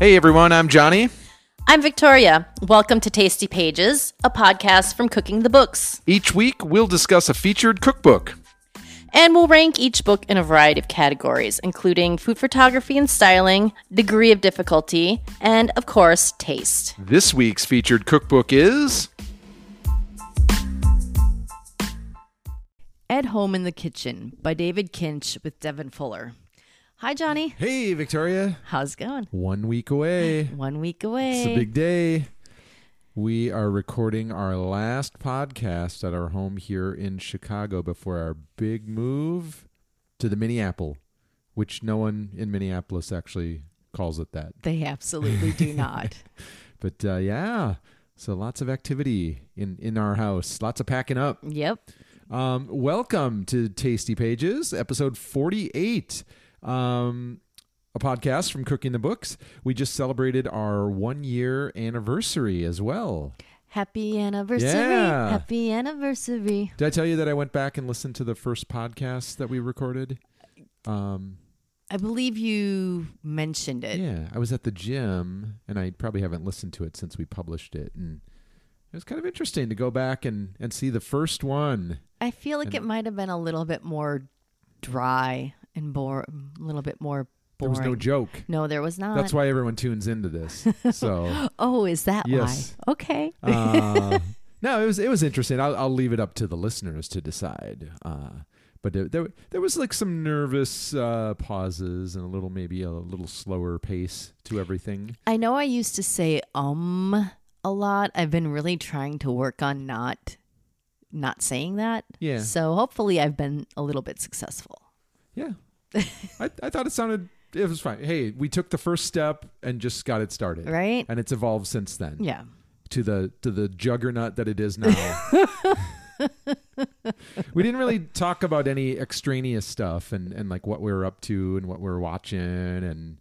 Hey everyone, I'm Johnny. I'm Victoria. Welcome to Tasty Pages, a podcast from Cooking the Books. Each week we'll discuss a featured cookbook. And we'll rank each book in a variety of categories, including food photography and styling, degree of difficulty, and of course, taste. This week's featured cookbook is At Home in the Kitchen by David Kinch with Devin Fuller. Hi, Johnny. Hey, Victoria. How's it going? One week away. One week away. It's a big day. We are recording our last podcast at our home here in Chicago before our big move to the Minneapolis, which no one in Minneapolis actually calls it that. They absolutely do not. But uh, yeah, so lots of activity in, in our house, lots of packing up. yep. Um, welcome to Tasty Pages, episode 48, um, a podcast from Cooking the Books. We just celebrated our one year anniversary as well. Happy anniversary. Yeah. Happy anniversary. Did I tell you that I went back and listened to the first podcast that we recorded? Um, I believe you mentioned it. yeah, I was at the gym and I probably haven't listened to it since we published it. And it was kind of interesting to go back and, and see the first one. I feel like it might have been a little bit more dry and bore a little bit more There boring. was no joke. No, there was not. That's why everyone tunes into this. So. Oh, is that Yes. why? Okay. uh, no, it was it was interesting. I'll, I'll leave it up to the listeners to decide. Uh, but there, there there was like some nervous uh, pauses and a little maybe a little slower pace to everything. I know I used to say um a lot. I've been really trying to work on not not saying that. Yeah. So hopefully I've been a little bit successful. Yeah, I I thought it sounded it was fine. Hey, we took the first step and just got it started, Right? And it's evolved since then. Yeah. to the to the juggernaut that it is now. we didn't really talk about any extraneous stuff and and like what we were up to and what we were watching and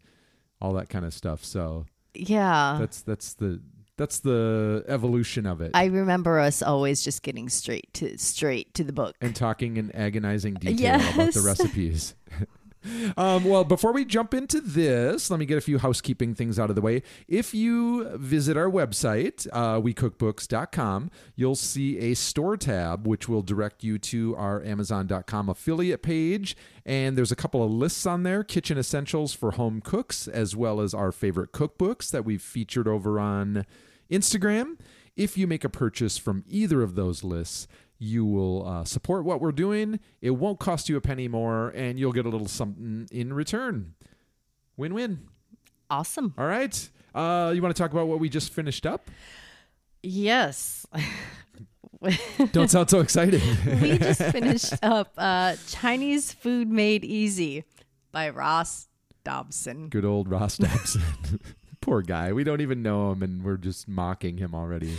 all that kind of stuff. So Yeah. that's that's the that's the evolution of it. I remember us always just getting straight to straight to the book. and talking in agonizing detail about Yes. the recipes. um, well, before we jump into this, let me get a few housekeeping things out of the way. If you visit our website, uh, wecookbooks.com, you'll see a store tab which will direct you to our Amazon.com affiliate page. And there's a couple of lists on there kitchen essentials for home cooks, as well as our favorite cookbooks that we've featured over on Instagram. If you make a purchase from either of those lists, you will uh, support what we're doing. It won't cost you a penny more, and you'll get a little something in return. Win win. Awesome. All right. Uh, you want to talk about what we just finished up? Yes. Don't sound so excited. we just finished up uh, Chinese Food Made Easy by Ross Dobson. Good old Ross Dobson. Poor guy. We don't even know him, and we're just mocking him already.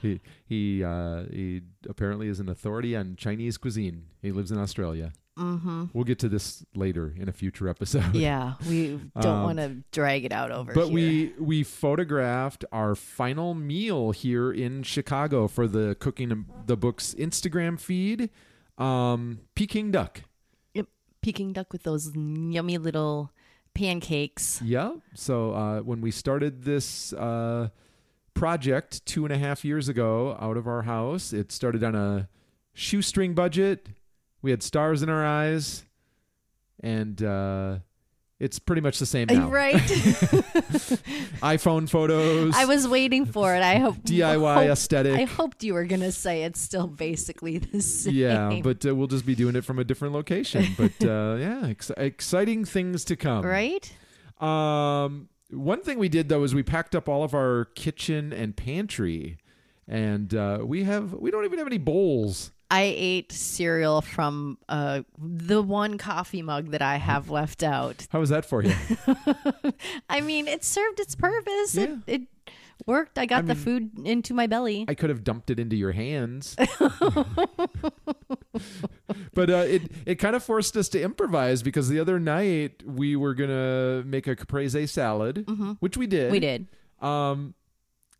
He he uh, he apparently is an authority on Chinese cuisine. He lives in Australia. Mm-hmm. We'll get to this later in a future episode. Yeah, we don't want to drag it out over Um, But here. we we photographed our final meal here in Chicago for the cooking the books Instagram feed. Um, Peking duck. Yep, Peking duck with those yummy little pancakes. Yeah. So uh, when we started this uh, project two and a half years ago out of our house, it started on a shoestring budget. We had stars in our eyes, and uh, it's pretty much the same now. Uh, Right? iPhone photos, I was waiting for it. I hope DIY hope- aesthetic. I hoped you were gonna say it's still basically the same. Yeah, but uh, we'll just be doing it from a different location. But uh, yeah, ex- exciting things to come. right? Um, one thing we did though is we packed up all of our kitchen and pantry, and uh, we have we don't even have any bowls. I ate cereal from uh, the one coffee mug that I have left out. How was that for you? I mean, it served its purpose. Yeah. It, it worked. I got the food into my belly. I could have dumped it into your hands. but uh, it it kind of forced us to improvise because the other night we were gonna make a caprese salad, which we did. Mm-hmm. we did. Um,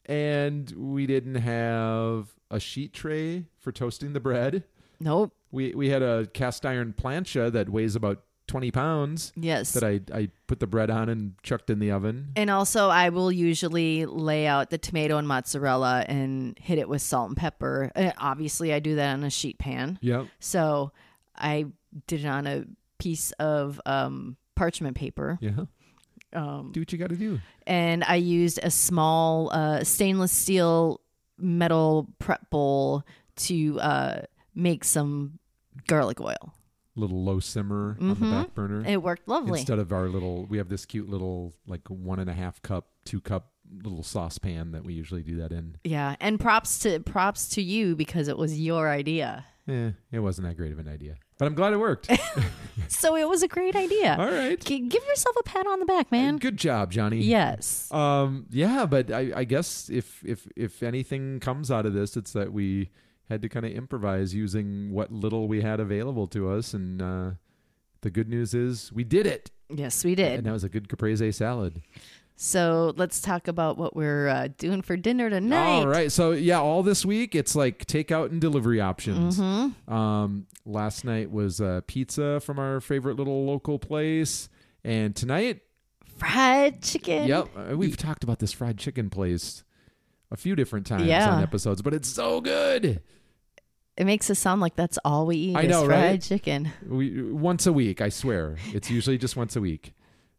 and we didn't have a sheet tray for toasting the bread. Nope. We we had a cast iron plancha that weighs about 20 pounds Yes. that I, I put the bread on and chucked in the oven. and also, I will usually lay out the tomato and mozzarella and hit it with salt and pepper. And obviously, I do that on a sheet pan. Yep. So I did it on a piece of um, parchment paper. Yeah. Um, Do what you got to do. and I used a small uh, stainless steel metal prep bowl to uh, make some garlic oil. Little low simmer on the back burner. It worked lovely. Instead of our little, we have this cute little like one and a half cup, two cup little saucepan that we usually do that in. yeah, and props to props to you because it was your idea. Eh, it wasn't that great of an idea, but I'm glad it worked. So it was a great idea. All right. G- give yourself a pat on the back, man. Good job, Johnny. Yes. Um, yeah, but I, I guess if if if anything comes out of this, it's that we had to kind of improvise using what little we had available to us, and uh, the good news is we did it, Yes, we and did. that was a good caprese salad. So let's talk about what we're uh, doing for dinner tonight. All right, so yeah, all this week it's like takeout and delivery options. Um, last night was uh, pizza from our favorite little local place, and tonight Fried chicken. Yep, uh, we've talked about this fried chicken place a few different times Yeah. on episodes, but it's so good. It makes us sound like that's all we eat I is know, fried right? chicken. We once a week, I swear. It's usually just once a week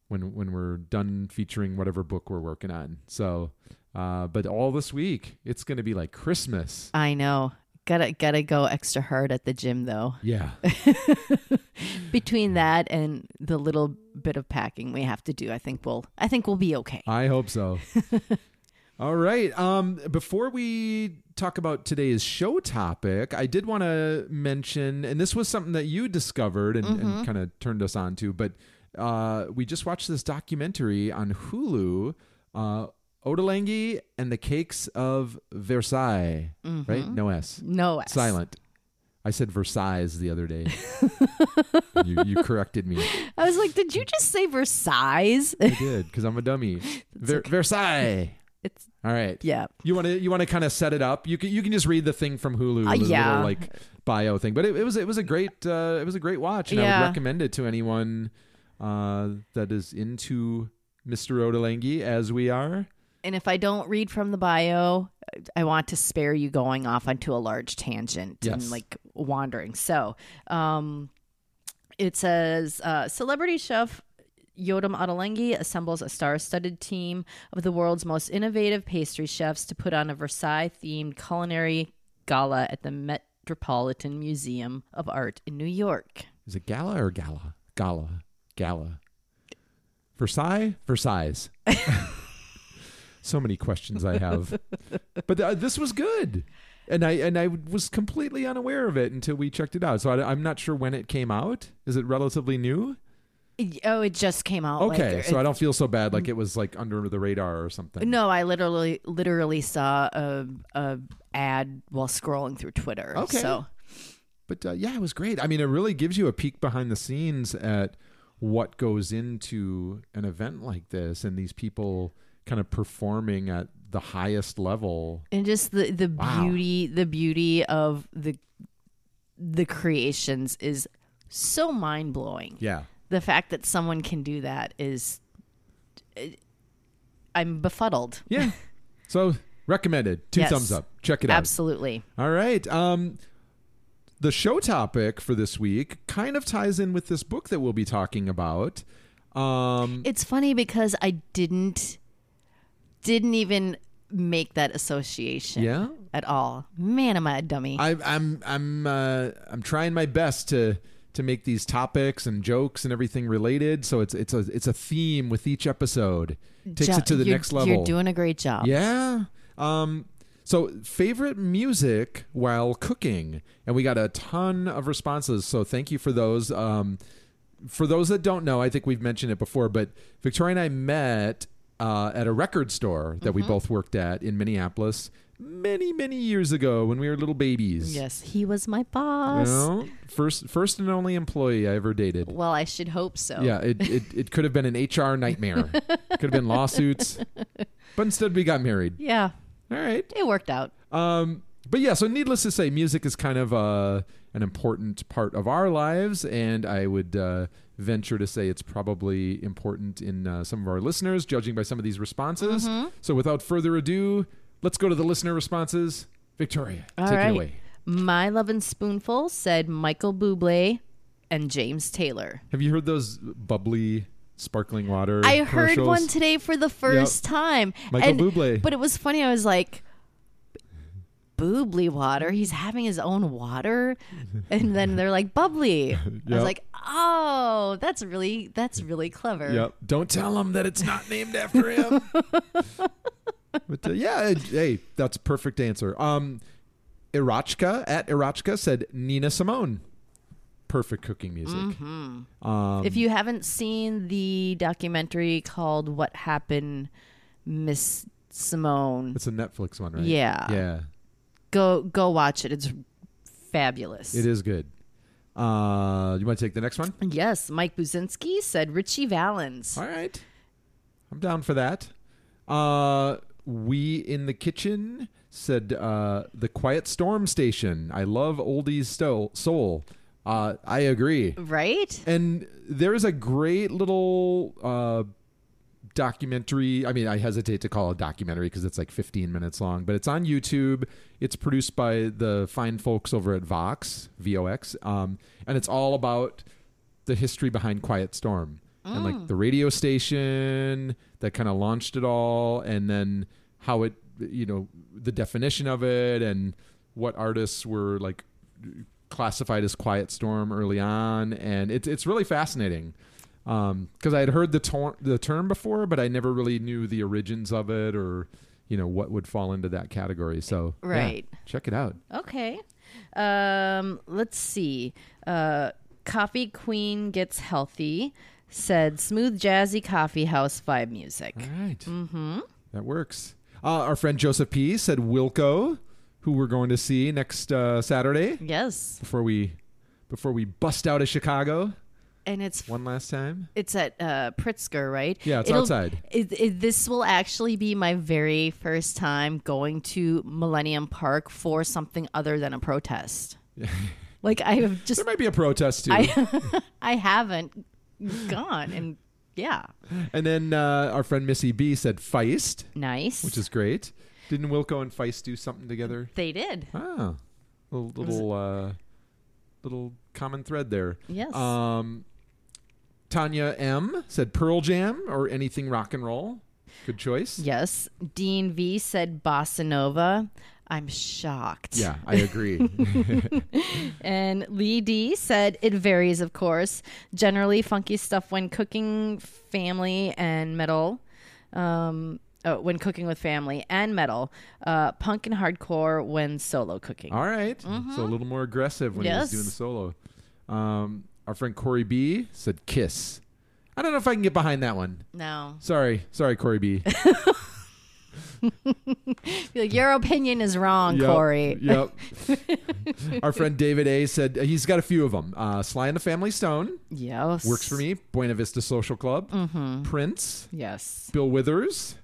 when when we're done featuring whatever book we're working on. So, uh, but all this week, it's going to be like Christmas. I know. Gotta gotta go extra hard at the gym though. Yeah. Between that and the little bit of packing we have to do, I think we'll I think we'll be okay. I hope so. All right. Um, before we talk about today's show topic, I did want to mention, and this was something that you discovered and, and kind of turned us on to, but uh, we just watched this documentary on Hulu, uh, Ottolenghi and the Cakes of Versailles, right? No S. Mm-hmm. No S. Silent. I said Versailles the other day. you, you corrected me. I was like, did you just say Versailles? I did because I'm a dummy. Ver- Versailles. It's- All right. yeah. You want to you want to kind of set it up. You can you can just read the thing from Hulu, Uh, the yeah. little, like bio thing. But it, it was it was a great uh, it was a great watch, and I Yeah. would recommend it to anyone uh, that is into Mr. Ottolenghi as we are. And if I don't read from the bio, I want to spare you going off onto a large tangent Yes. and like wandering. So, um, it says uh, celebrity chef Yotam Ottolenghi assembles a star-studded team of the world's most innovative pastry chefs to put on a Versailles-themed culinary gala at the Metropolitan Museum of Art in New York. Is it gala or gala? Gala, gala. Versailles, Versailles. so many questions I have, but uh, this was good, and I and I was completely unaware of it until we checked it out. So I, I'm not sure when it came out. Is it relatively new? Oh, it just came out. like, Okay, so it- I don't feel so bad like it was like under the radar or something. No, I literally literally saw a, a ad while scrolling through Twitter. Okay. So But uh, yeah, it was great. I mean, it really gives you a peek behind the scenes at what goes into an event like this and these people kind of performing at the highest level. and just the the Wow. beauty the beauty of the the creations is so mind blowing. Yeah. The fact that someone can do that is uh, I'm befuddled. Yeah. so recommended. Two Yes. thumbs up. Check it out. Absolutely. All right. Um, the show topic for this week kind of ties in with this book that we'll be talking about. Um, It's funny because I didn't didn't even make that association yeah. at all. Man, am I a dummy. I, I'm I'm uh, I'm trying my best to to make these topics and jokes and everything related. So it's it's a it's a theme with each episode. Takes Jo- it to the you're- next level. You're doing a great job. yeah. Um. So favorite music while cooking, and we got a ton of responses. So thank you for those. Um, for those that don't know, I think we've mentioned it before, but Victoria and I met uh, at a record store that Mm-hmm. we both worked at in Minneapolis many many years ago when we were little babies. Yes, he was my boss. No, first, first and only employee I ever dated. Oh, Well, I should hope so. Yeah, it, it, it could have been an HR nightmare. could have been lawsuits, but instead we got married. Yeah, All right. it worked out. Um, But yeah, so needless to say, music is kind of uh, an important part of our lives, and I would uh, venture to say it's probably important in uh, some of our listeners, judging by some of these responses. Mm-hmm. So without further ado, let's go to the listener responses. Victoria, All take right. it away. My Love and Spoonful said Michael Bublé and James Taylor. Have you heard those bubbly sparkling water? I heard commercials? one today for the first time. Michael and, Bublé. But it was funny. I was like, "Bubbly water. He's having his own water." And then they're like, "Bubbly." I Yep. was like, "Oh, that's really that's really clever." Yep. Don't tell him that it's not named after him. but uh, yeah, it- hey, that's a perfect answer. Um, Irachka at Irachka said Nina Simone. Perfect cooking music. Mm-hmm. Um, If you haven't seen the documentary called "What Happened, Miss Simone," it's a Netflix one, right? Yeah. Yeah. go go watch it. It's fabulous. It is good. Uh, you want to take the next one? Yes, Mike Buzinski said Richie Valens. All right. I'm down for that. Uh, we in the kitchen said uh, the Quiet Storm Station. I love oldies sto- soul. Uh, I agree. Right? And there is a great little uh, documentary. I mean, I hesitate to call it documentary because it's like 15 minutes long, but it's on YouTube. It's produced by the fine folks over at Vox, VOX, um, and it's all about the history behind Quiet Storm and like the radio station that kind of launched it all, and then how it, you know, the definition of it and what artists were like classified as Quiet Storm early on, and it's it's really fascinating because I had heard the tor- the term before, but I never really knew the origins of it or you know what would fall into that category. So yeah, Right. check it out. Okay. Um, let's see. Uh, Coffee Queen Gets Healthy said smooth, jazzy coffee house vibe music. All mm-hmm. that works. Uh, our friend Joseph P said Wilco, who we're going to see next uh, Saturday Yes. before we before we bust out of Chicago And it's one last time. it's at uh, Pritzker, right? Yeah, it's outside. It, it, this will actually be my very first time going to Millennium Park for something other than a protest. like I have just There might be a protest too. I, I haven't gone and yeah, and then uh, our friend Missy B said Feist. nice. which is great. Didn't Wilco and Feist do something together? they did. Ah, little little, uh, little common thread there. Yes. Um, Tanya M said Pearl Jam or anything rock and roll. Good choice. Yes, Dean V said bossa nova. I'm shocked. Yeah, I agree. And Lee D said it varies, of course. Generally, funky stuff when cooking, family, and metal. Um, oh, when cooking with family and metal. Uh, punk and hardcore when solo cooking. All right. So a little more aggressive when he was Mm-hmm. Yes. doing the solo. Um, our friend Corey B said Kiss. I don't know if I can get behind that one. No, Sorry, sorry, Corey B. Be like, your opinion is wrong, Yep, Corey. Yep. Our friend David A said uh, he's got a few of them. Uh, Sly and the Family Stone Yes, works for me. Buena Vista Social Club, Mm-hmm. Prince, Yes. Bill Withers,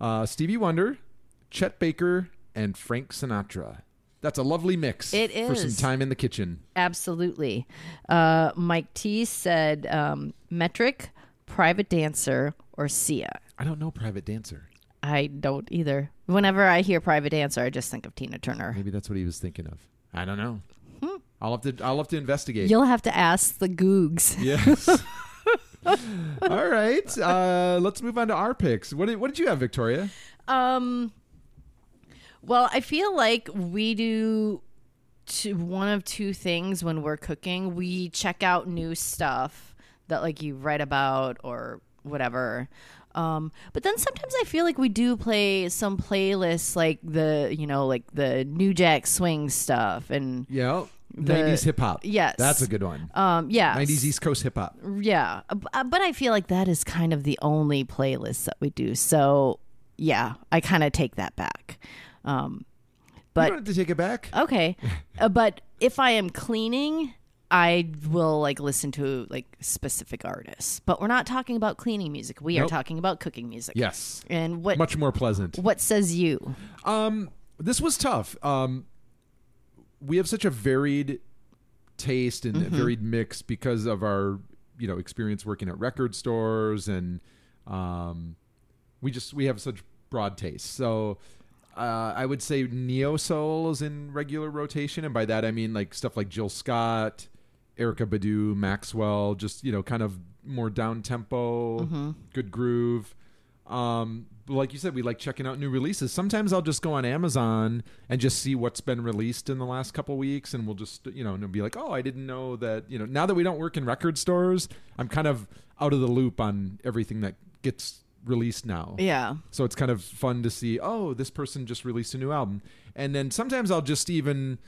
uh, Stevie Wonder, Chet Baker, and Frank Sinatra. That's a lovely mix. It for some is. time in the kitchen. Absolutely. Uh, Mike T said um, metric, private dancer, or Sia. I don't know Private Dancer. I don't either. Whenever I hear private dancer, I just think of Tina Turner. Maybe that's what he was thinking of. I don't know. I'll have to. I'll have to investigate. Hmm. You'll have to ask the Googs. Yes. All right. Uh, let's move on to our picks. What did, what did you have, Victoria? Um, well, I feel like we do two, one of two things when we're cooking. We check out new stuff that like you write about or whatever. Um, but then sometimes I feel like we do play some playlists like the you know like the New Jack Swing stuff and Yeah. 90s hip hop. Yes. That's a good one. um yeah 90s East Coast hip hop. Yeah, uh, b- uh, but I feel like that is kind of the only playlist that we do. So yeah, I kind of take that back. Um, You but don't have to take it back. okay, uh, but if I am cleaning, I will like listen to like specific artists. But we're not talking about cleaning music. We are Nope. talking about cooking music. Yes. And what Much more pleasant. what says you? Um, this was tough. Um, we have such a varied taste and Mm-hmm. varied mix because of our you know experience working at record stores and um, we just we have such broad tastes. So uh, I would say neo soul is in regular rotation, and by that I mean like stuff like Jill Scott, Erica Badu, Maxwell, just you know kind of more down tempo, good groove. Um, but like you said, we like checking out new releases. Sometimes I'll just go on Amazon and just see what's been released in the last couple weeks, and we'll just you know and it'll be like, oh, I didn't know that. You know, now that we don't work in record stores, I'm kind of out of the loop on everything that gets released now. Yeah. So it's kind of fun to see, oh, this person just released a new album. And then sometimes I'll just even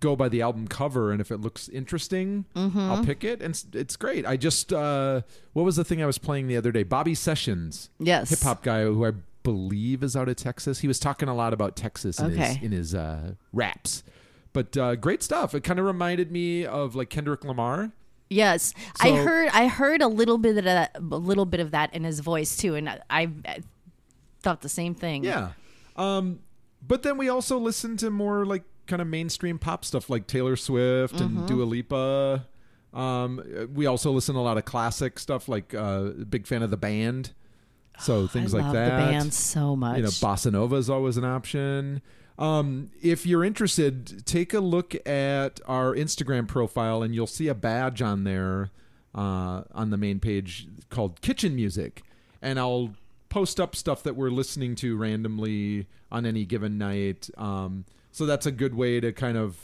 go by the album cover and if it looks interesting, Mm-hmm. I'll pick it and it's, it's great. I just uh what was the thing I was playing the other day? Bobby Sessions. Yes. Hip hop guy who I believe is out of Texas. He was talking a lot about Texas in Okay. his in his uh raps. But uh great stuff. It kind of reminded me of like Kendrick Lamar. Yes, I So- heard. I heard a little bit of that, a little bit of that in his voice too, and I, I thought the same thing. Yeah. Um, but then we also listen to more like kind of mainstream pop stuff like Taylor Swift Mm-hmm. and Dua Lipa. Um, we also listen to a lot of classic stuff like uh, big fan of the band. So Ah, I things like love that. the band so much. You know, bossa nova is always an option. Um, if you're interested, take a look at our Instagram profile, and you'll see a badge on there uh, on the main page called Kitchen Music, and I'll post up stuff that we're listening to randomly on any given night. Um, so that's a good way to kind of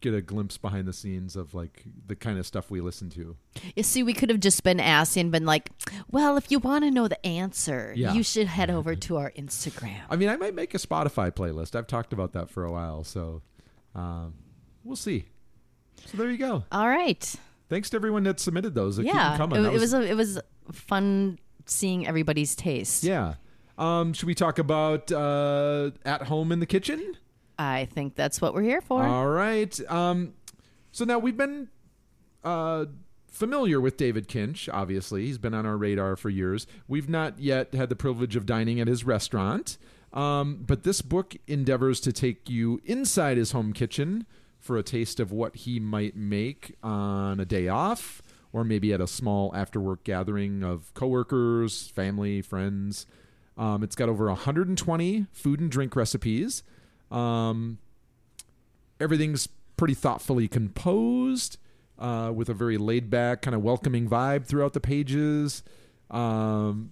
get a glimpse behind the scenes of like the kind of stuff we listen to. You see, we could have just been asking, and been like, "Well, if you want to know the answer, Yeah. you should head over to our Instagram." I mean, I might make a Spotify playlist. I've talked about that for a while, so um, we'll see. So there you go. All right. Thanks to everyone that submitted those. They keep them Yeah, it, coming. That it was a, it was fun seeing everybody's taste. yeah. Um, should we talk about uh, at home in the kitchen? I think that's what we're here for. All right. Um, so now we've been uh, familiar with David Kinch, obviously. He's been on our radar for years. We've not yet had the privilege of dining at his restaurant, um, but this book endeavors to take you inside his home kitchen for a taste of what he might make on a day off or maybe at a small after work gathering of coworkers, family, friends. Um, it's got over 120 food and drink recipes. Um, everything's pretty thoughtfully composed uh, with a very laid back kind of welcoming vibe throughout the pages um,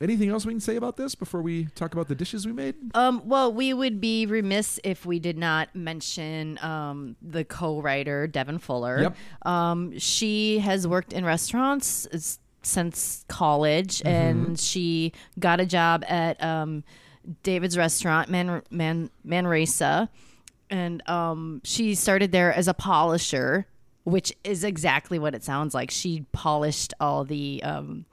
anything else we can say about this before we talk about the dishes we made Um, well, we would be remiss if we did not mention um, the co-writer Devin Fuller. Yep. Um, she has worked in restaurants s- since college, and she got a job at um, David's restaurant, Man Man Manresa, and um, she started there as a polisher, which is exactly what it sounds like. She polished all the um,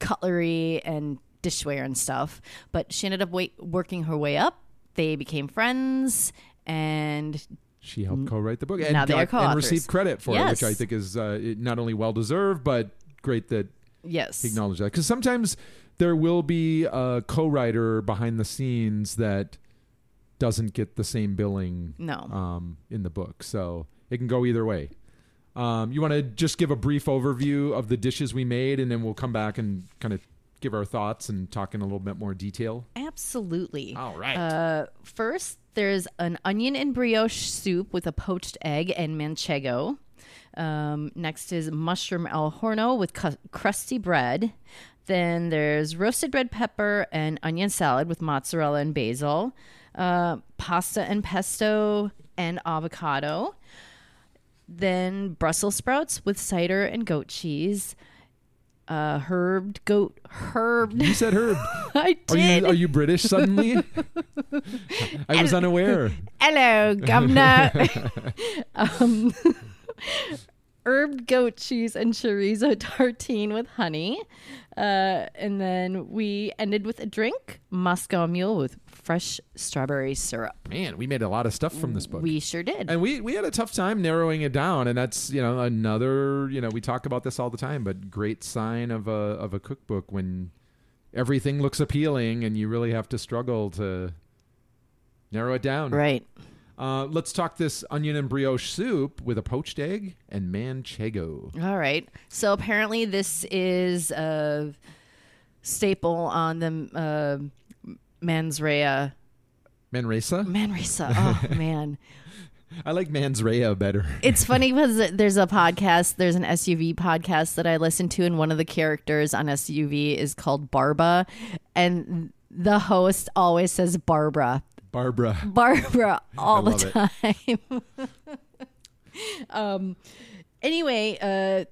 cutlery and dishware and stuff, but she ended up wait- working her way up. They became friends, and she helped co-write the book and, Now they are got- and co-authors. received credit for Yes. it which i think is uh, it- not only well deserved but great that yes, acknowledge that because sometimes there will be a co-writer behind the scenes that doesn't get the same billing No. um, in the book so it can go either way um, you want to just give a brief overview of the dishes we made and then we'll come back and kind of give our thoughts and talk in a little bit more detail Absolutely. All right. Uh, first, there's an onion and brioche soup with a poached egg and manchego. Um, next is mushroom al horno with cu- crusty bread. Then there's roasted red pepper and onion salad with mozzarella and basil, uh, pasta and pesto and avocado. Then Brussels sprouts with cider and goat cheese. Uh, herbed goat herb. you said herb I are did. you are you british suddenly i was unaware Hello, governor. um, herb goat cheese and chorizo tartine with honey. Uh, and then we ended with a drink, Moscow Mule with fresh strawberry syrup. man we made a lot of stuff from this book We sure did. and we we had a tough time narrowing it down and that's you know another you know we talk about this all the time but great sign of a of a cookbook when everything looks appealing and you really have to struggle to narrow it down right. Uh, let's talk this onion and brioche soup with a poached egg and manchego. All right. So apparently, this is a staple on the uh, mans rea. Manresa? Manresa. Oh man, I like Manzrea better. it's funny because there's a podcast. There's an SUV podcast that I listen to, and one of the characters on SUV is called Barba, and the host always says Barbara. Barbara. Barbara all the love time. um, anyway, uh,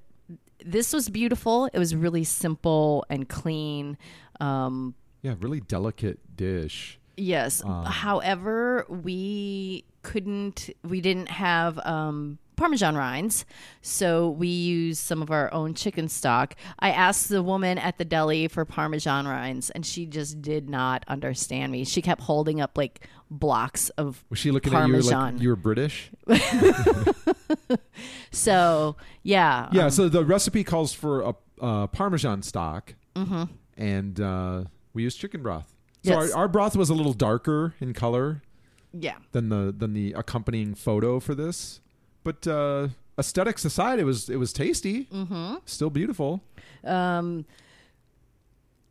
this was beautiful. It was really simple and clean. Um, Yeah, really delicate dish. yes. However, we couldn't, we didn't have um, Parmesan rinds. So we used some of our own chicken stock. I asked the woman at the deli for Parmesan rinds, and she just did not understand me. She kept holding up like blocks of Was she looking at you Parmesan. like you were British? So yeah, Yeah, so the recipe calls for a uh, Parmesan stock, and uh, we use chicken broth. So Yes. our, our broth was a little darker in color yeah, than the than the accompanying photo for this, but uh, aesthetics aside, it was it was tasty, mm-hmm. still beautiful. Um,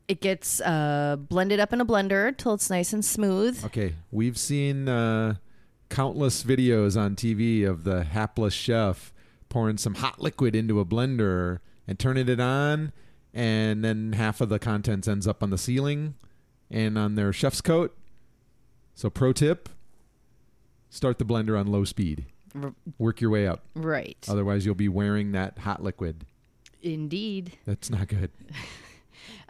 it gets uh, blended up in a blender till it's nice and smooth. Okay, we've seen uh, countless videos on TV of the hapless chef pouring some hot liquid into a blender and turning it on, and then half of the contents ends up on the ceiling and on their chef's coat. So, pro tip start the blender on low speed, R- work your way up. Right, Otherwise, you'll be wearing that hot liquid. indeed. That's not good.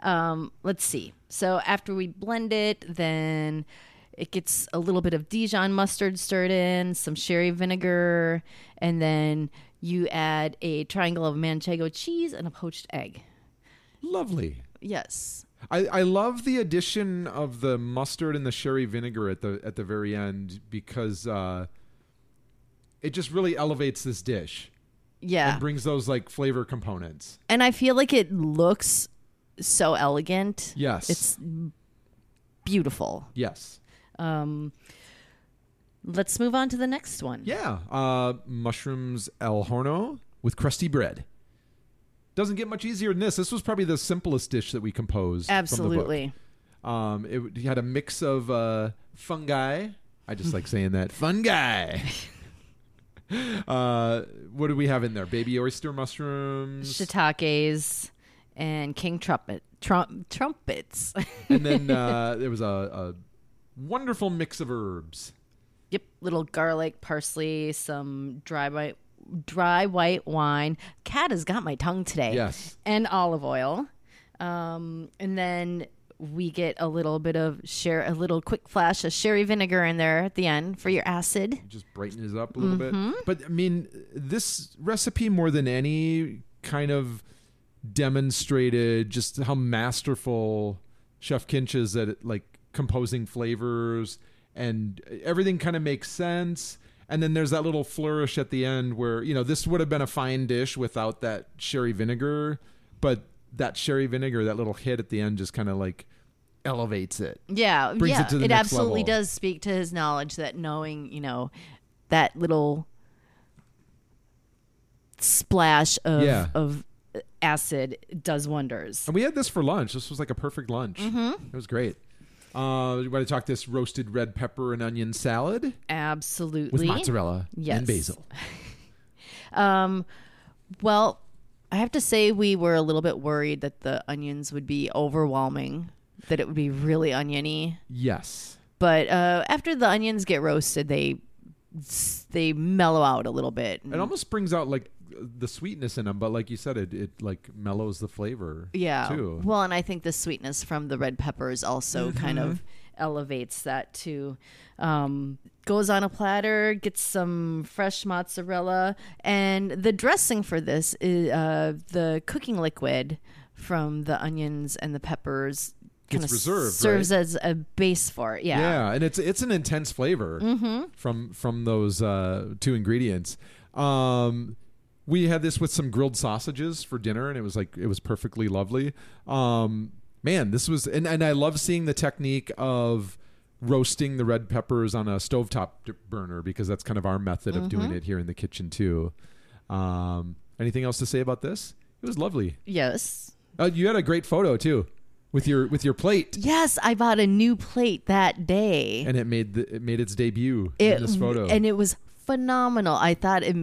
Um, let's see. So after we blend it, then it gets a little bit of Dijon mustard stirred in, some sherry vinegar, and then you add a triangle of manchego cheese and a poached egg. Lovely. Yes. I, I love the addition of the mustard and the sherry vinegar at the at the very end because uh, it just really elevates this dish Yeah. and brings those like flavor components. and I feel like it looks so elegant. Yes. It's beautiful. Yes. Um, let's move on to the next one. Yeah. Uh, mushrooms al horno with crusty bread. Doesn't get much easier than this. This was probably the simplest dish that we composed. from the book. Absolutely. Um, it, it had a mix of uh, fungi. I just like saying that fungi. uh, what do we have in there? Baby oyster mushrooms, Shiitakes and king trumpet trump, trumpets. and then uh, there was a, a wonderful mix of herbs. yep, little garlic, parsley, some dry white dry white wine. Cat has got my tongue today. Yes. And olive oil. Um, and then we get a little bit of share a little quick flash of sherry vinegar in there at the end for your acid. just brightens it up a little bit. But I mean, this recipe more than any kind of demonstrated just how masterful Chef Kinch is at like composing flavors and everything kind of makes sense. And then there's that little flourish at the end where, you know, this would have been a fine dish without that sherry vinegar, but that sherry vinegar, that little hit at the end just kind of like elevates it. Yeah, brings yeah, it to the it next absolutely level. does speak to his knowledge that knowing, you know, that little splash of Yeah. of acid does wonders. And we had this for lunch. This was like a perfect lunch. Mm-hmm. It was great. Uh, you want to talk this roasted red pepper and onion salad Absolutely. with mozzarella Yes. and basil. Um, well, I have to say we were a little bit worried that the onions would be overwhelming, that it would be really oniony. Yes. But uh, after the onions get roasted, they they mellow out a little bit. It almost brings out like the sweetness in them, but like you said, it, it like mellows the flavor. Yeah. Too. Well, and I think the sweetness from the red peppers also kind of elevates that too. Um, goes on a platter, gets some fresh mozzarella, and the dressing for this is uh, the cooking liquid from the onions and the peppers. kinda Gets reserved, serves right? as a base for it. Yeah. Mm-hmm. yeah, and it's it's an intense flavor from from those uh, two ingredients. Um, we had this with some grilled sausages for dinner, and it was like it was perfectly lovely. Um, man, this was and and I love seeing the technique of roasting the red peppers on a stovetop d- burner because that's kind of our method of Mm-hmm. doing it here in the kitchen too. Um, anything else to say about this? It was lovely. Yes. Uh, you had a great photo too, with your with your plate, Yes, I bought a new plate that day. and it made the, it made its debut in it this photo. and it was phenomenal. I thought it,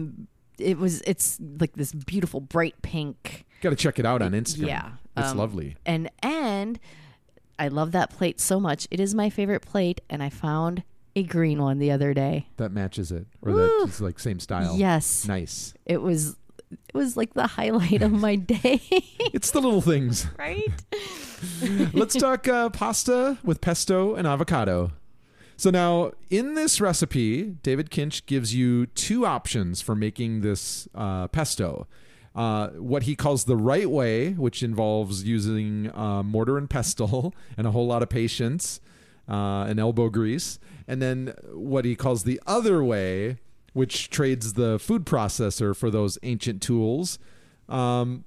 it was it's like this beautiful bright pink. Got to check it out on Instagram. Yeah, it's um, lovely. And and I love that plate so much. It is my favorite plate, and I found a green one the other day. That matches it, or Woo. that's like same style. Yes, nice. it was it was like the highlight of my day. It's the little things. right? Let's talk uh, pasta with pesto and avocado. So now, in this recipe, David Kinch gives you two options for making this uh, pesto. Uh, what he calls the right way, which involves using uh, mortar and pestle and a whole lot of patience uh, and elbow grease, and then what he calls the other way, which trades the food processor for those ancient tools. Um,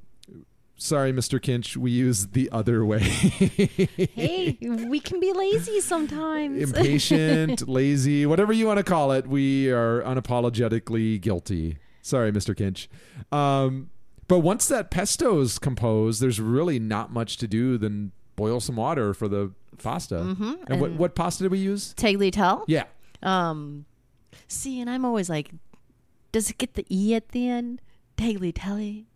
sorry, Mr. Kinch, we use the other way. Hey, we can be lazy sometimes. impatient, lazy, whatever you want to call it, we are unapologetically guilty. Sorry, Mr. Kinch. Um, but once that pesto is composed, there's really not much to do than boil some water for the pasta. Mm-hmm. And, what, what pasta did we use? Tagliatelle. Yeah. Um, see, and I'm always like, does it get the e at the end? Tagley telly.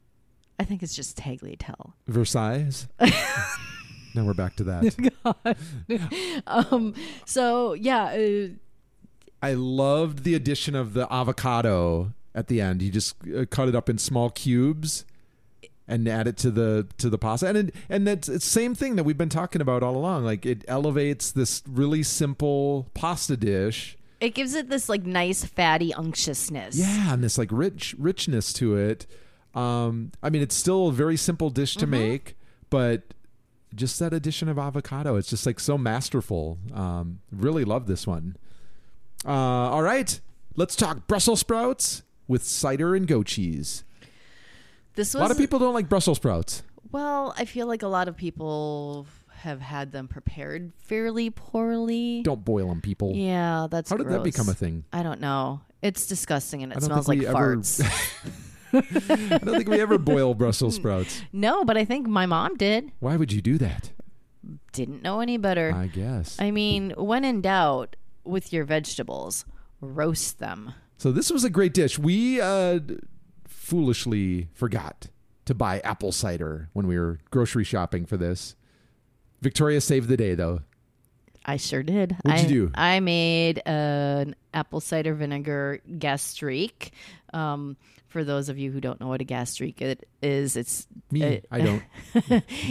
I think it's just tagley tell. Versailles. now we're back to that. Um, so yeah, uh, I loved the addition of the avocado at the end. You just uh, cut it up in small cubes and add it to the to the pasta. And it, and that's it's same thing that we've been talking about all along. Like it elevates this really simple pasta dish. it gives it this like nice fatty unctiousness. Yeah, and this like rich richness to it. Um, I mean, it's still a very simple dish to Mm-hmm. make, but just that addition of avocado, it's just like so masterful. Um, really love this one. Uh, all right, let's talk Brussels sprouts with cider and goat cheese. This A was lot of people don't like Brussels sprouts. Well, I feel like a lot of people have had them prepared fairly poorly. Don't boil them, people. Yeah, that's How did that gross. become a thing? I don't know. It's disgusting and it don't smells like think we ever- farts. I don't think we ever boil Brussels sprouts. no, but I think my mom did. Why would you do that? Didn't know any better. I guess. I mean, when in doubt with your vegetables, roast them. So this was a great dish. We uh, foolishly forgot to buy apple cider when we were grocery shopping for this. Victoria saved the day though. I sure did. What'd you I, do? I made an apple cider vinegar gastrique. Um, for those of you who don't know what a gastrique it is, it's Me, it- I don't.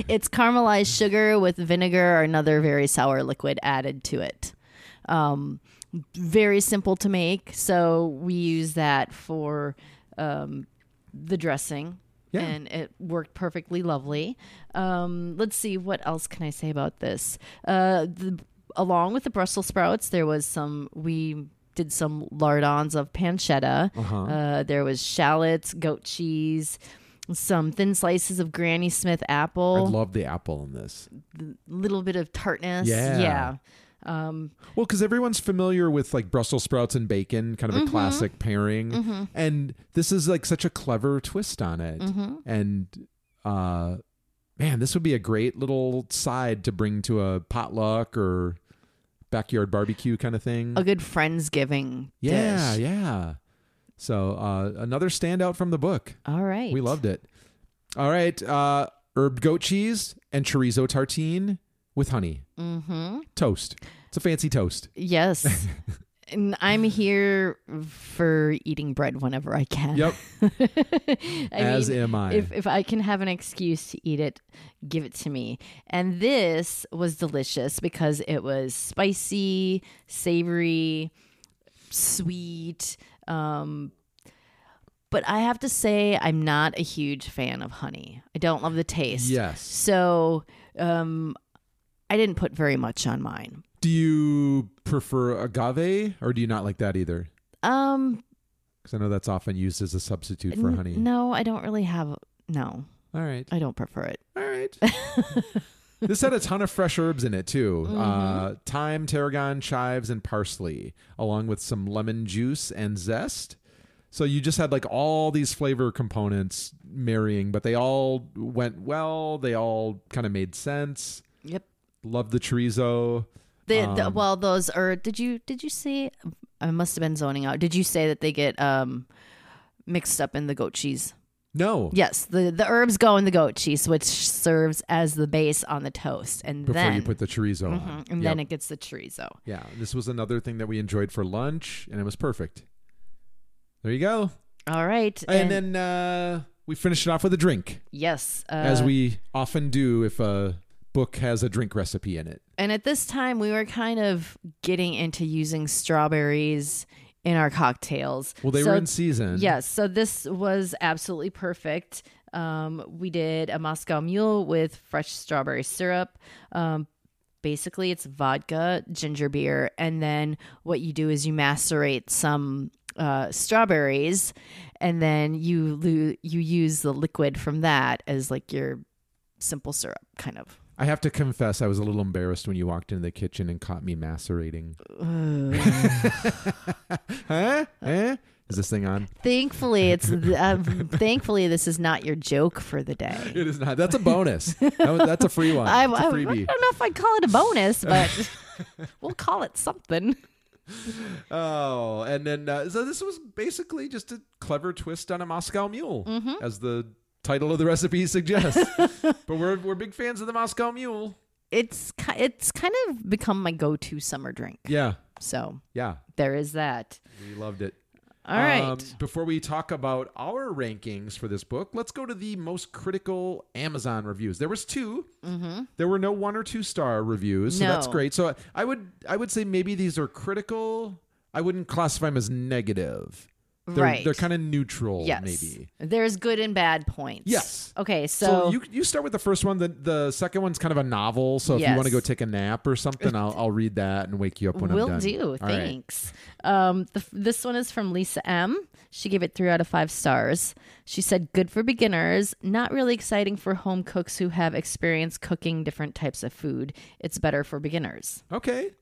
it's caramelized sugar with vinegar or another very sour liquid added to it. Um, very simple to make, so we use that for um, the dressing. Yeah. And it worked perfectly lovely. Um, let's see, what else can I say about this? Uh, the, along with the Brussels sprouts, there was some, we did some lardons of pancetta. Uh-huh. Uh, there was shallots, goat cheese, some thin slices of Granny Smith I apple, love the apple in this. little bit of tartness. Yeah. yeah. Um, Well, because everyone's familiar with like Brussels sprouts and bacon, kind of a classic pairing, Mm-hmm. and this is like such a clever twist on it. Mm-hmm. And uh, man, this would be a great little side to bring to a potluck or backyard barbecue kind of thing. a good friendsgiving Yeah, dish. yeah. So uh, another standout from the book. All right. We loved it. All right, uh, herb goat cheese and chorizo tartine with honey Mm-hmm. toast. It's a fancy toast. Yes. and I'm here for eating bread whenever I can. Yep, I as mean, am I. if if I can have an excuse to eat it, give it to me. And this was delicious because it was spicy, savory, sweet. Um, but I have to say, I'm not a huge fan of honey. I don't love the taste. yes. So um, I didn't put very much on mine. Do you prefer agave or do you not like that either? Um, Because I know that's often used as a substitute for n- honey. No, I don't really have. No, All right. I don't prefer it. All right. this had a ton of fresh herbs in it too Mm-hmm. uh, thyme tarragon chives and parsley along with some lemon juice and zest so you just had like all these flavor components marrying but they all went well they all kind of made sense Yep. love the chorizo The, the, Um, well, those are. Did you did you see? I must have been zoning out. Did you say that they get um mixed up in the goat cheese? no Yes, the the herbs go in the goat cheese, which serves as the base on the toast, and before then you put the chorizo on Mhm, Yep. and then it gets the chorizo. yeah this was another thing that we enjoyed for lunch and it was perfect there you go All right, and, then uh, we finished it off with a drink yes, uh, as we often do if a book has a drink recipe in it. And at this time, we were kind of getting into using strawberries in our cocktails. Well, they So- were in season. Yes, so this was absolutely perfect. Um, we did a Moscow Mule with fresh strawberry syrup. Um, basically, it's vodka, ginger beer, and then what you do is you macerate some uh, strawberries, and then you lo- you use the liquid from that as like your simple syrup, kind of. I have to confess, I was a little embarrassed when you walked into the kitchen and caught me macerating. huh? Huh? Is this thing on? Thankfully, it's uh, thankfully this is not your joke for the day. It is not. That's a bonus. That was- that's a free one. I, I, It's a I don't freebie. know if I'd call it a bonus, but we'll call it something. Oh, and then uh, so this was basically just a clever twist on a Moscow Mule, Mm-hmm. as the title of the recipe suggests. but we're we're big fans of the Moscow Mule. It's ki- it's kind of become my go-to summer drink. Yeah, So yeah, there is that. we loved it. All right. Um, before we talk about our rankings for this book, let's go to the most critical Amazon reviews. There was 2 There were no one or two star reviews, so that's Mm-hmm. No. great. So I would I would say maybe these are critical. I wouldn't classify them as negative. They're, Right. They're kind of neutral. yes. Maybe. There's good and bad points. Yes. Okay. So, So, you you start with the first one. The the second one's kind of a novel. So if you Yes. want to go take a nap or something, I'll I'll read that and wake you up when Will I'm done. do. All right. Thanks. Um, the, this one is from Lisa M. She gave it three out of five stars. She said, "Good for beginners. Not really exciting for home cooks who have experience cooking different types of food. It's better for beginners." Okay.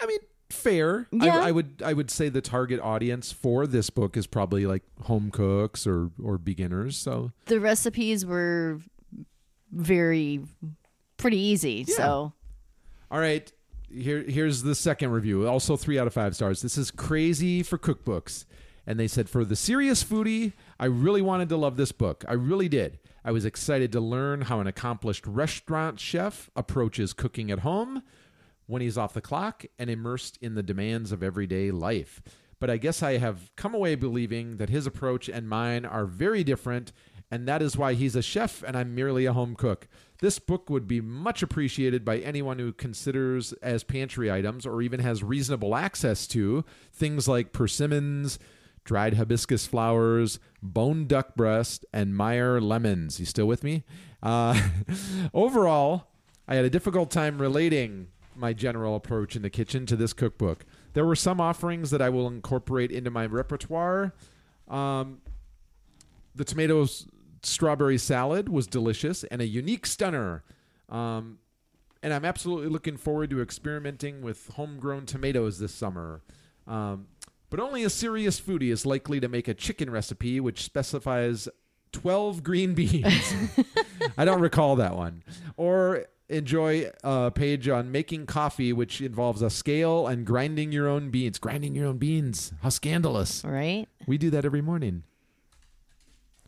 I mean, fair. Yeah. I, I would I would say the target audience for this book is probably like home cooks or or beginners. So The recipes were very pretty easy. So all right. Here here's the second review. Also three out of five stars. This is crazy for cookbooks. And they said for the serious foodie, I really wanted to love this book. I really did. I was excited to learn how an accomplished restaurant chef approaches cooking at home. when he's off the clock and immersed in the demands of everyday life. But I guess I have come away believing that his approach and mine are very different, and that is why he's a chef and I'm merely a home cook. This book would be much appreciated by anyone who considers as pantry items or even has reasonable access to things like persimmons, dried hibiscus flowers, bone duck breast, and Meyer lemons. You still with me? Uh, overall, I had a difficult time relating my general approach in the kitchen to this cookbook. There were some offerings that I will incorporate into my repertoire. Um, the tomatoes strawberry salad was delicious and a unique stunner. Um, and I'm absolutely looking forward to experimenting with homegrown tomatoes this summer. Um, but only a serious foodie is likely to make a chicken recipe which specifies 12 green beans. I don't recall that one. Or enjoy a page on making coffee, which involves a scale and grinding your own beans. Grinding your own beans. How scandalous. right. We do that every morning.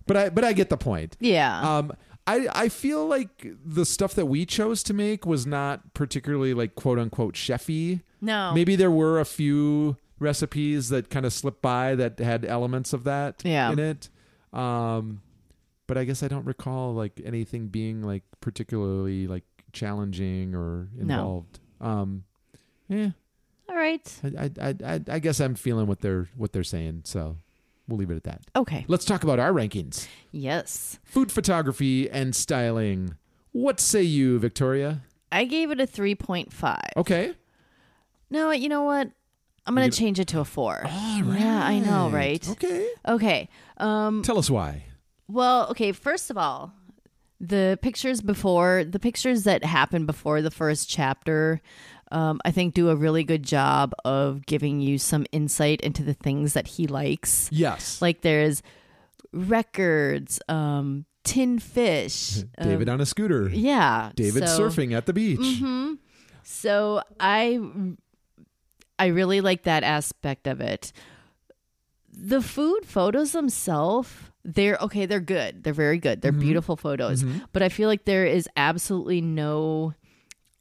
But I but I get the point. Yeah. Um, I I feel like the stuff that we chose to make was not particularly like quote unquote chefy. No. Maybe there were a few recipes that kind of slipped by that had elements of that Yeah. in it. Um, but I guess I don't recall like anything being like particularly like challenging or involved. Um, yeah, All right. I, I I I- I guess I'm feeling what they're what they're saying. So we'll leave it at that. Okay. Let's talk about our rankings Yes. food photography and styling. What say you, Victoria? I gave it a 3.5. Okay. No, you know what? I'm going to change it to a 4. Yeah, I know, right? Okay. Okay. Um Tell us why. well, okay, first of all, the pictures before the pictures that happen before the first chapter um, i think do a really good job of giving you some insight into the things that he likes Yes. like there's records um tin fish um, David on a scooter. yeah David uh, so- Mm-hmm. surfing at the beach. so I I really like that aspect of it. The food photos themselves, they're okay, they're good. They're very good. They're beautiful photos. But I feel like there is absolutely no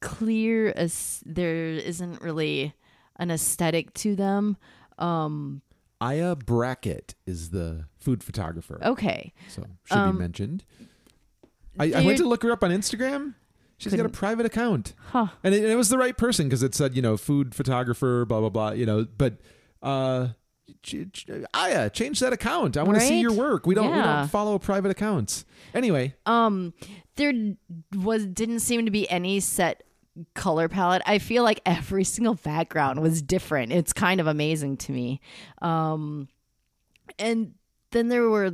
clear as there isn't really an aesthetic to them. Um Aya Brackett is the food photographer. okay. So should Um, be mentioned. I, I they're- went to look her up on Instagram. She's got a private account. Huh. And it, and it was the right person because it said, you know, food photographer, blah, blah, blah, you know, but, uh, ch- ch- Aya, change that account. I want to see Right? your work. We don't, we Yeah. don't follow private accounts. Anyway, um there was didn't seem to be any set color palette i feel like every single background was different it's kind of amazing to me um and then there were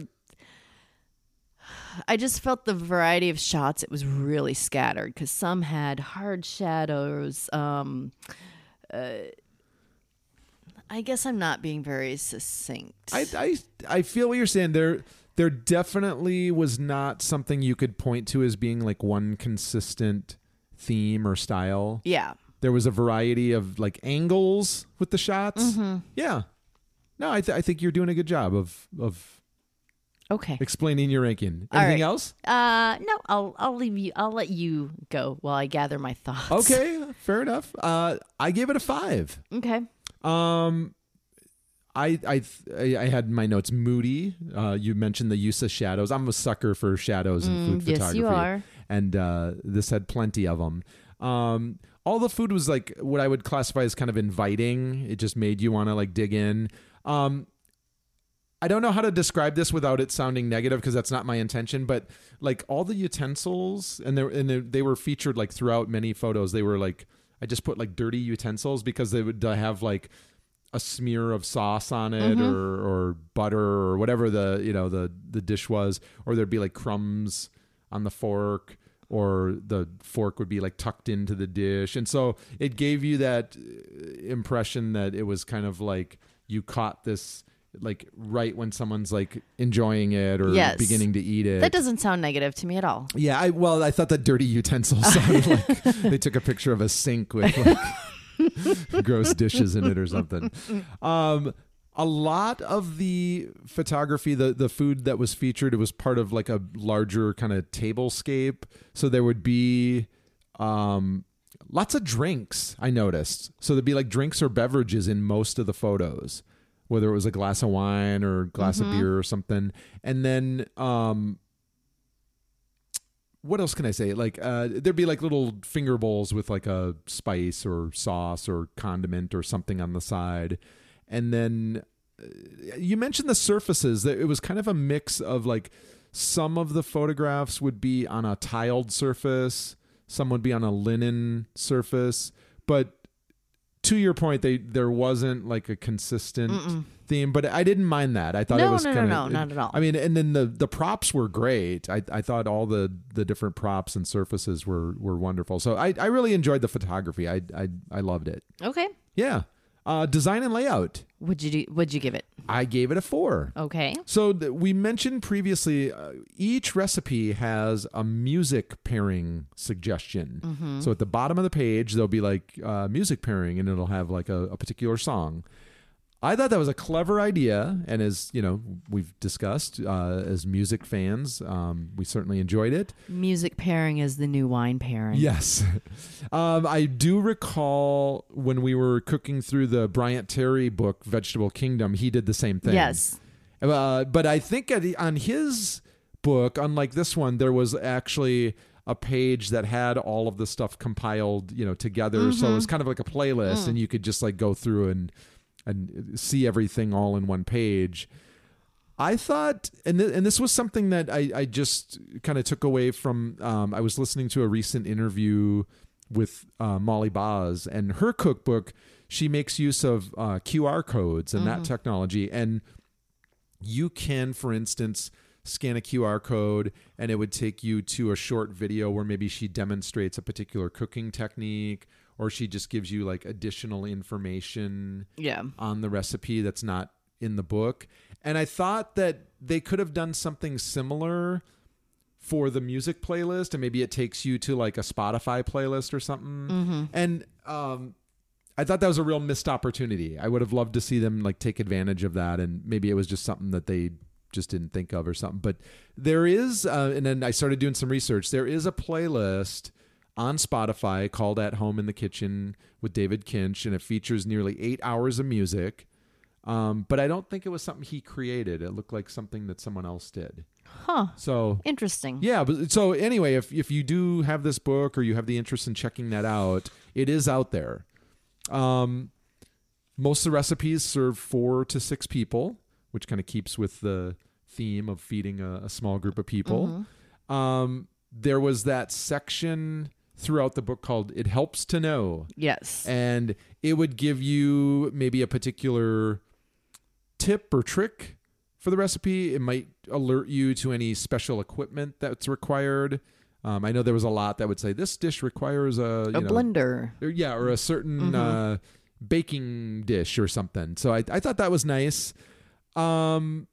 i just felt the variety of shots it was really scattered because some had hard shadows um uh, i guess i'm not being very succinct I, I, I feel what you're saying. There, there definitely was not something you could point to as being like one consistent theme or style. yeah there was a variety of like angles with the shots. Mm-hmm. Yeah. No, I, th- I think you're doing a good job of of okay explaining your ranking. Anything All right. else? Uh, no, I'll I'll leave you. I'll let you go while I gather my thoughts. Okay, fair enough. Uh, I gave it a five. Okay. Um, I I th- I I had my notes moody. Uh, you mentioned the use of shadows. I'm a sucker for shadows in food Mm, yes, photography. you are. And uh, this had plenty of them. Um, all the food was like what I would classify as kind of inviting. It just made you want to like dig in. Um, I don't know how to describe this without it sounding negative because that's not my intention. But like all the utensils, and they and they, they were featured like throughout many photos. They were like I just put like dirty utensils because they would uh, have like a smear of sauce on it or or butter or whatever the you know the the dish was, or there'd be like crumbs on the fork. Or the fork would be like tucked into the dish, and so it gave you that uh, impression that it was kind of like you caught this like right when someone's like enjoying it or Yes. beginning to eat it. That doesn't sound negative to me at all. yeah, I well, I thought that dirty utensils sounded like they took a picture of a sink with like gross dishes in it or something. Um a lot of the photography, the the food that was featured, it was part of like a larger kind of tablescape. So there would be um lots of drinks i noticed so there'd be like drinks or beverages in most of the photos whether it was a glass of wine or a glass of beer or something and then um what else can i say like uh there'd be like little finger bowls with like a spice or sauce or condiment or something on the side and then uh, you mentioned the surfaces that it was kind of a mix of like some of the photographs would be on a tiled surface some would be on a linen surface but to your point they there wasn't like a consistent theme but i didn't mind that i thought No, it was no, no, kind no, of not at all. i mean and then the the props were great i i thought all the the different props and surfaces were were wonderful so i i really enjoyed the photography i i, I loved it Okay. yeah uh design and layout Would you do? Would you give it? i gave it a 4 Okay. so th- we mentioned previously, uh, each recipe has a music pairing suggestion. So at the bottom of the page, there'll be like uh, music pairing, and it'll have like a, a particular song. I thought that was a clever idea, and as you know, we've discussed uh, as music fans, um, we certainly enjoyed it. Music pairing is the new wine pairing. Yes. Um, I do recall when we were cooking through the Bryant Terry book, Vegetable Kingdom, he did the same thing. Yes. Uh, but I think at the- on his book, unlike this one, there was actually a page that had all of the stuff compiled, you know, together. So it was kind of like a playlist, and you could just like go through and and see everything all in one page. I thought, and th- and this was something that I I just kind of took away from. Um, I was listening to a recent interview with uh, Molly Boz and her cookbook. She makes use of uh, QR codes and that technology, and you can, for instance, scan a QR code, and it would take you to a short video where maybe she demonstrates a particular cooking technique or she just gives you like additional information Yeah. on the recipe that's not in the book. And I thought that they could have done something similar for the music playlist, and maybe it takes you to like a Spotify playlist or something. And um, I thought that was a real missed opportunity. I would have loved to see them like take advantage of that, and maybe it was just something that they just didn't think of or something. But there is, uh, and then I started doing some research. There is a playlist on Spotify called "At Home in the Kitchen" with David Kinch, and it features nearly eight hours of music. Um, but I don't think it was something he created. It looked like something that someone else did. Huh. So Interesting. yeah, but so anyway, if if you do have this book or you have the interest in checking that out, it is out there. Um, most of the recipes serve four to six people, which kind of keeps with the theme of feeding a, a small group of people. Um, there was that section throughout the book called "It Helps to Know," Yes. and it would give you maybe a particular tip or trick for the recipe. It might alert you to any special equipment that's required. Um, I know there was a lot that would say this dish requires a, you a know, blender. or- yeah, or a certain uh, baking dish or something. So I, I thought that was nice. Um,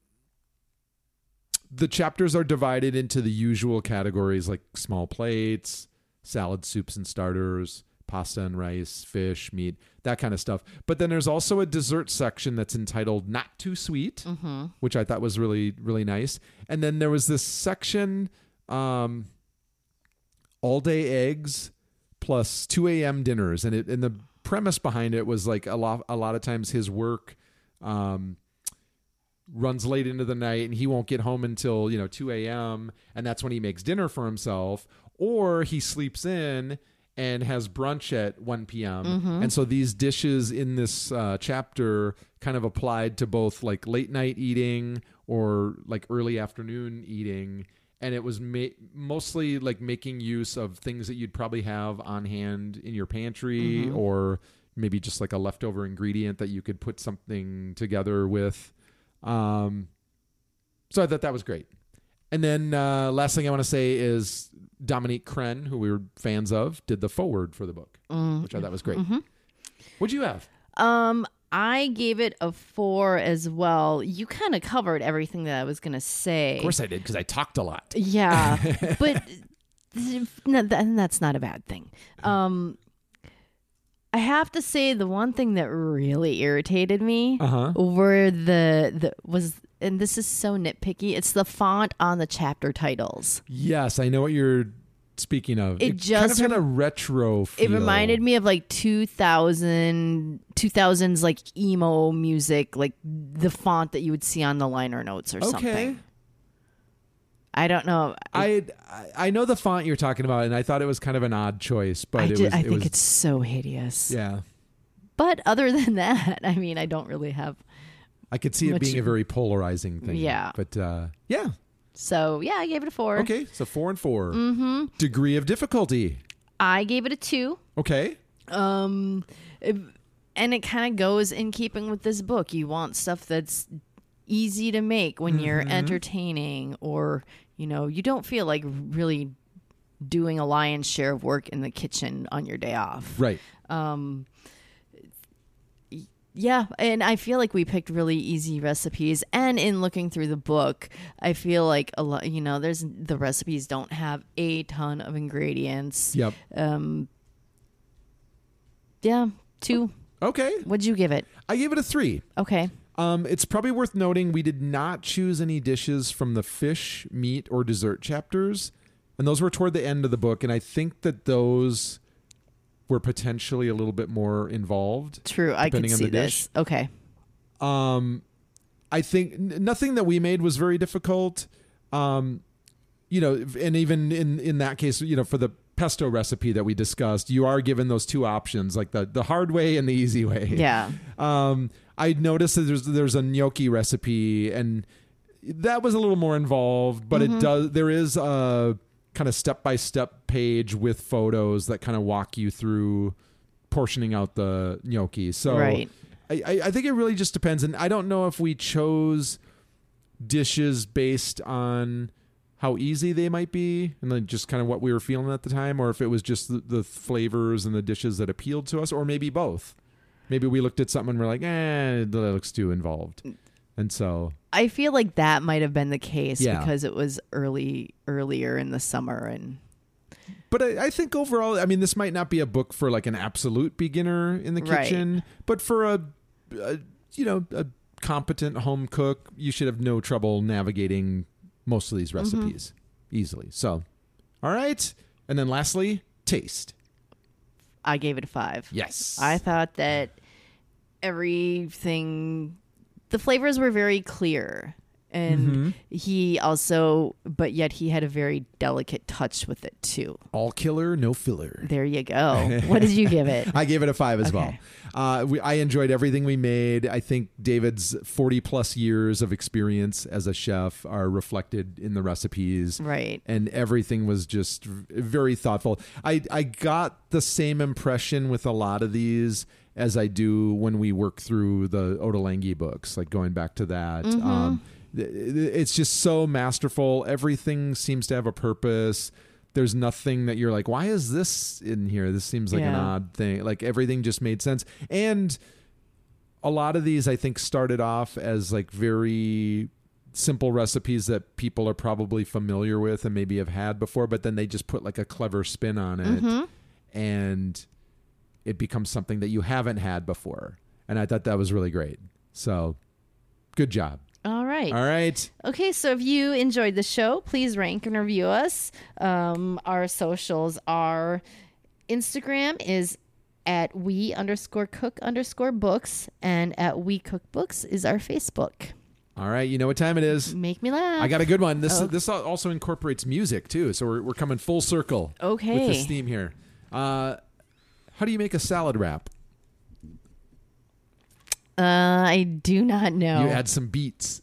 the chapters are divided into the usual categories like small plates, salad, soups, and starters, pasta and rice, fish, meat, that kind of stuff. But then there's also a dessert section that's entitled "Not Too Sweet," Mm-hmm. which I thought was really really nice. And then there was this section. Um, all day eggs plus 2 a.m. dinners. And it, and the premise behind it was like a lot, a lot of times his work, um, runs late into the night and he won't get home until, you know, 2 a.m. And that's when he makes dinner for himself or he sleeps in and has brunch at 1 p.m. And so these dishes in this uh, chapter kind of applied to both like late night eating or like early afternoon eating and it was ma- mostly like making use of things that you'd probably have on hand in your pantry or maybe just like a leftover ingredient that you could put something together with um, so i thought that was great and then uh, last thing i want to say is dominique kren who we were fans of did the forward for the book Mm-hmm. which i thought was great what'd you have Um, I gave it a four as well. You kind of covered everything that I was gonna say. of course i did because i talked a lot Yeah, but no, th- and that's not a bad thing. Um, I have to say the one thing that really irritated me Uh-huh. were the the was and this is so nitpicky. It's the font on the chapter titles. yes i know what you're speaking of It kind of just had a retro feel. It reminded me of like 2000 2000s like emo music, like the font that you would see on the liner notes or okay something. I don't know. I I- I know the font you're talking about, and I thought it was kind of an odd choice, but I, it ju- was. I it think was- it's so hideous. yeah. But other than that, I mean, I don't really have. I could see it Much- being a very polarizing thing. Yeah. but uh, yeah. So yeah, I gave it a four. Okay, so four and 4 Mm-hmm. Degree of difficulty. I gave it a two. Okay. Um, it- and it kind of goes in keeping with this book. You want stuff that's easy to make when you're entertaining, or you know, you don't feel like really doing a lion's share of work in the kitchen on your day off. Right. um yeah and i feel like we picked really easy recipes and in looking through the book i feel like a lot you know there's the recipes don't have a ton of ingredients Yep. um yeah two Okay. what'd you give it I gave it a three. okay Um, it's probably worth noting we did not choose any dishes from the fish, meat, or dessert chapters, and those were toward the end of the book. And I think that those were potentially a little bit more involved. true i can Depending on see the dish. this okay Um, I think n- nothing that we made was very difficult. Um, you know, and even in in that case, you know, for the pesto recipe that we discussed, you are given those two options, like the the hard way and the easy way. yeah Um, I noticed that there's there's a gnocchi recipe, and that was a little more involved, but Mm-hmm. it does there is a kind of step by step page with photos that kind of walk you through portioning out the gnocchi. So Right. I, I, I think it really just depends, and I don't know if we chose dishes based on how easy they might be and then just kind of what we were feeling at the time or if it was just the, the flavors and the dishes that appealed to us or maybe both maybe we looked at something and we're like eh that looks too involved and so I feel like that might have been the case Yeah. because it was early earlier in the summer and But I, I think overall, I mean, this might not be a book for like an absolute beginner in the Right. kitchen, but for a, a, you know, a competent home cook, you should have no trouble navigating most of Mm-hmm. these recipes easily. So, all right. And then lastly, taste. I gave it a 5. Yes. I thought that everything, the flavors were very clear. And Mm-hmm. he also, but yet he had a very delicate touch with it too. All killer, no filler. There you go. what did you give it? I gave it a five as Okay. well. Uh, we, I enjoyed everything we made. I think David's 40 plus years of experience as a chef are reflected in the recipes. Right. And everything was just v- very thoughtful. I, I got the same impression with a lot of these as I do when we work through the Ottolenghi books, like going back to that. Um, th- th- it's just so masterful. Everything seems to have a purpose. There's nothing that you're like, why is this in here? This seems like an Yeah. odd thing. Like everything just made sense. And a lot of these I think started off as like very simple recipes that people are probably familiar with and maybe have had before, but then they just put like a clever spin on it and it becomes something that you haven't had before. And I thought that was really great. So good job. All right. All right. Okay, so if you enjoyed the show, please rank and review us. Um, our socials are Instagram is at we underscore cook underscore books, and at we cook books is our Facebook. All right. You know what time it is. Make me laugh. I got a good one. This this al- also incorporates music too, so we're we're coming full circle. with Okay. this theme here. Uh, how do you make a salad wrap? uh, I do not know. Oh. You add some beets.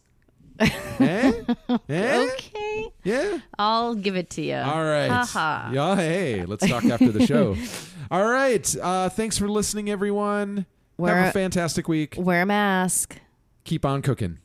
eh? Eh? okay, Yeah. I'll give it to you. Uh, All right. Ha-ha. Yeah, hey, let's talk after the show. All right. Uh, thanks for listening, everyone. Where- Have a fantastic week. Wear a mask. Keep on cooking.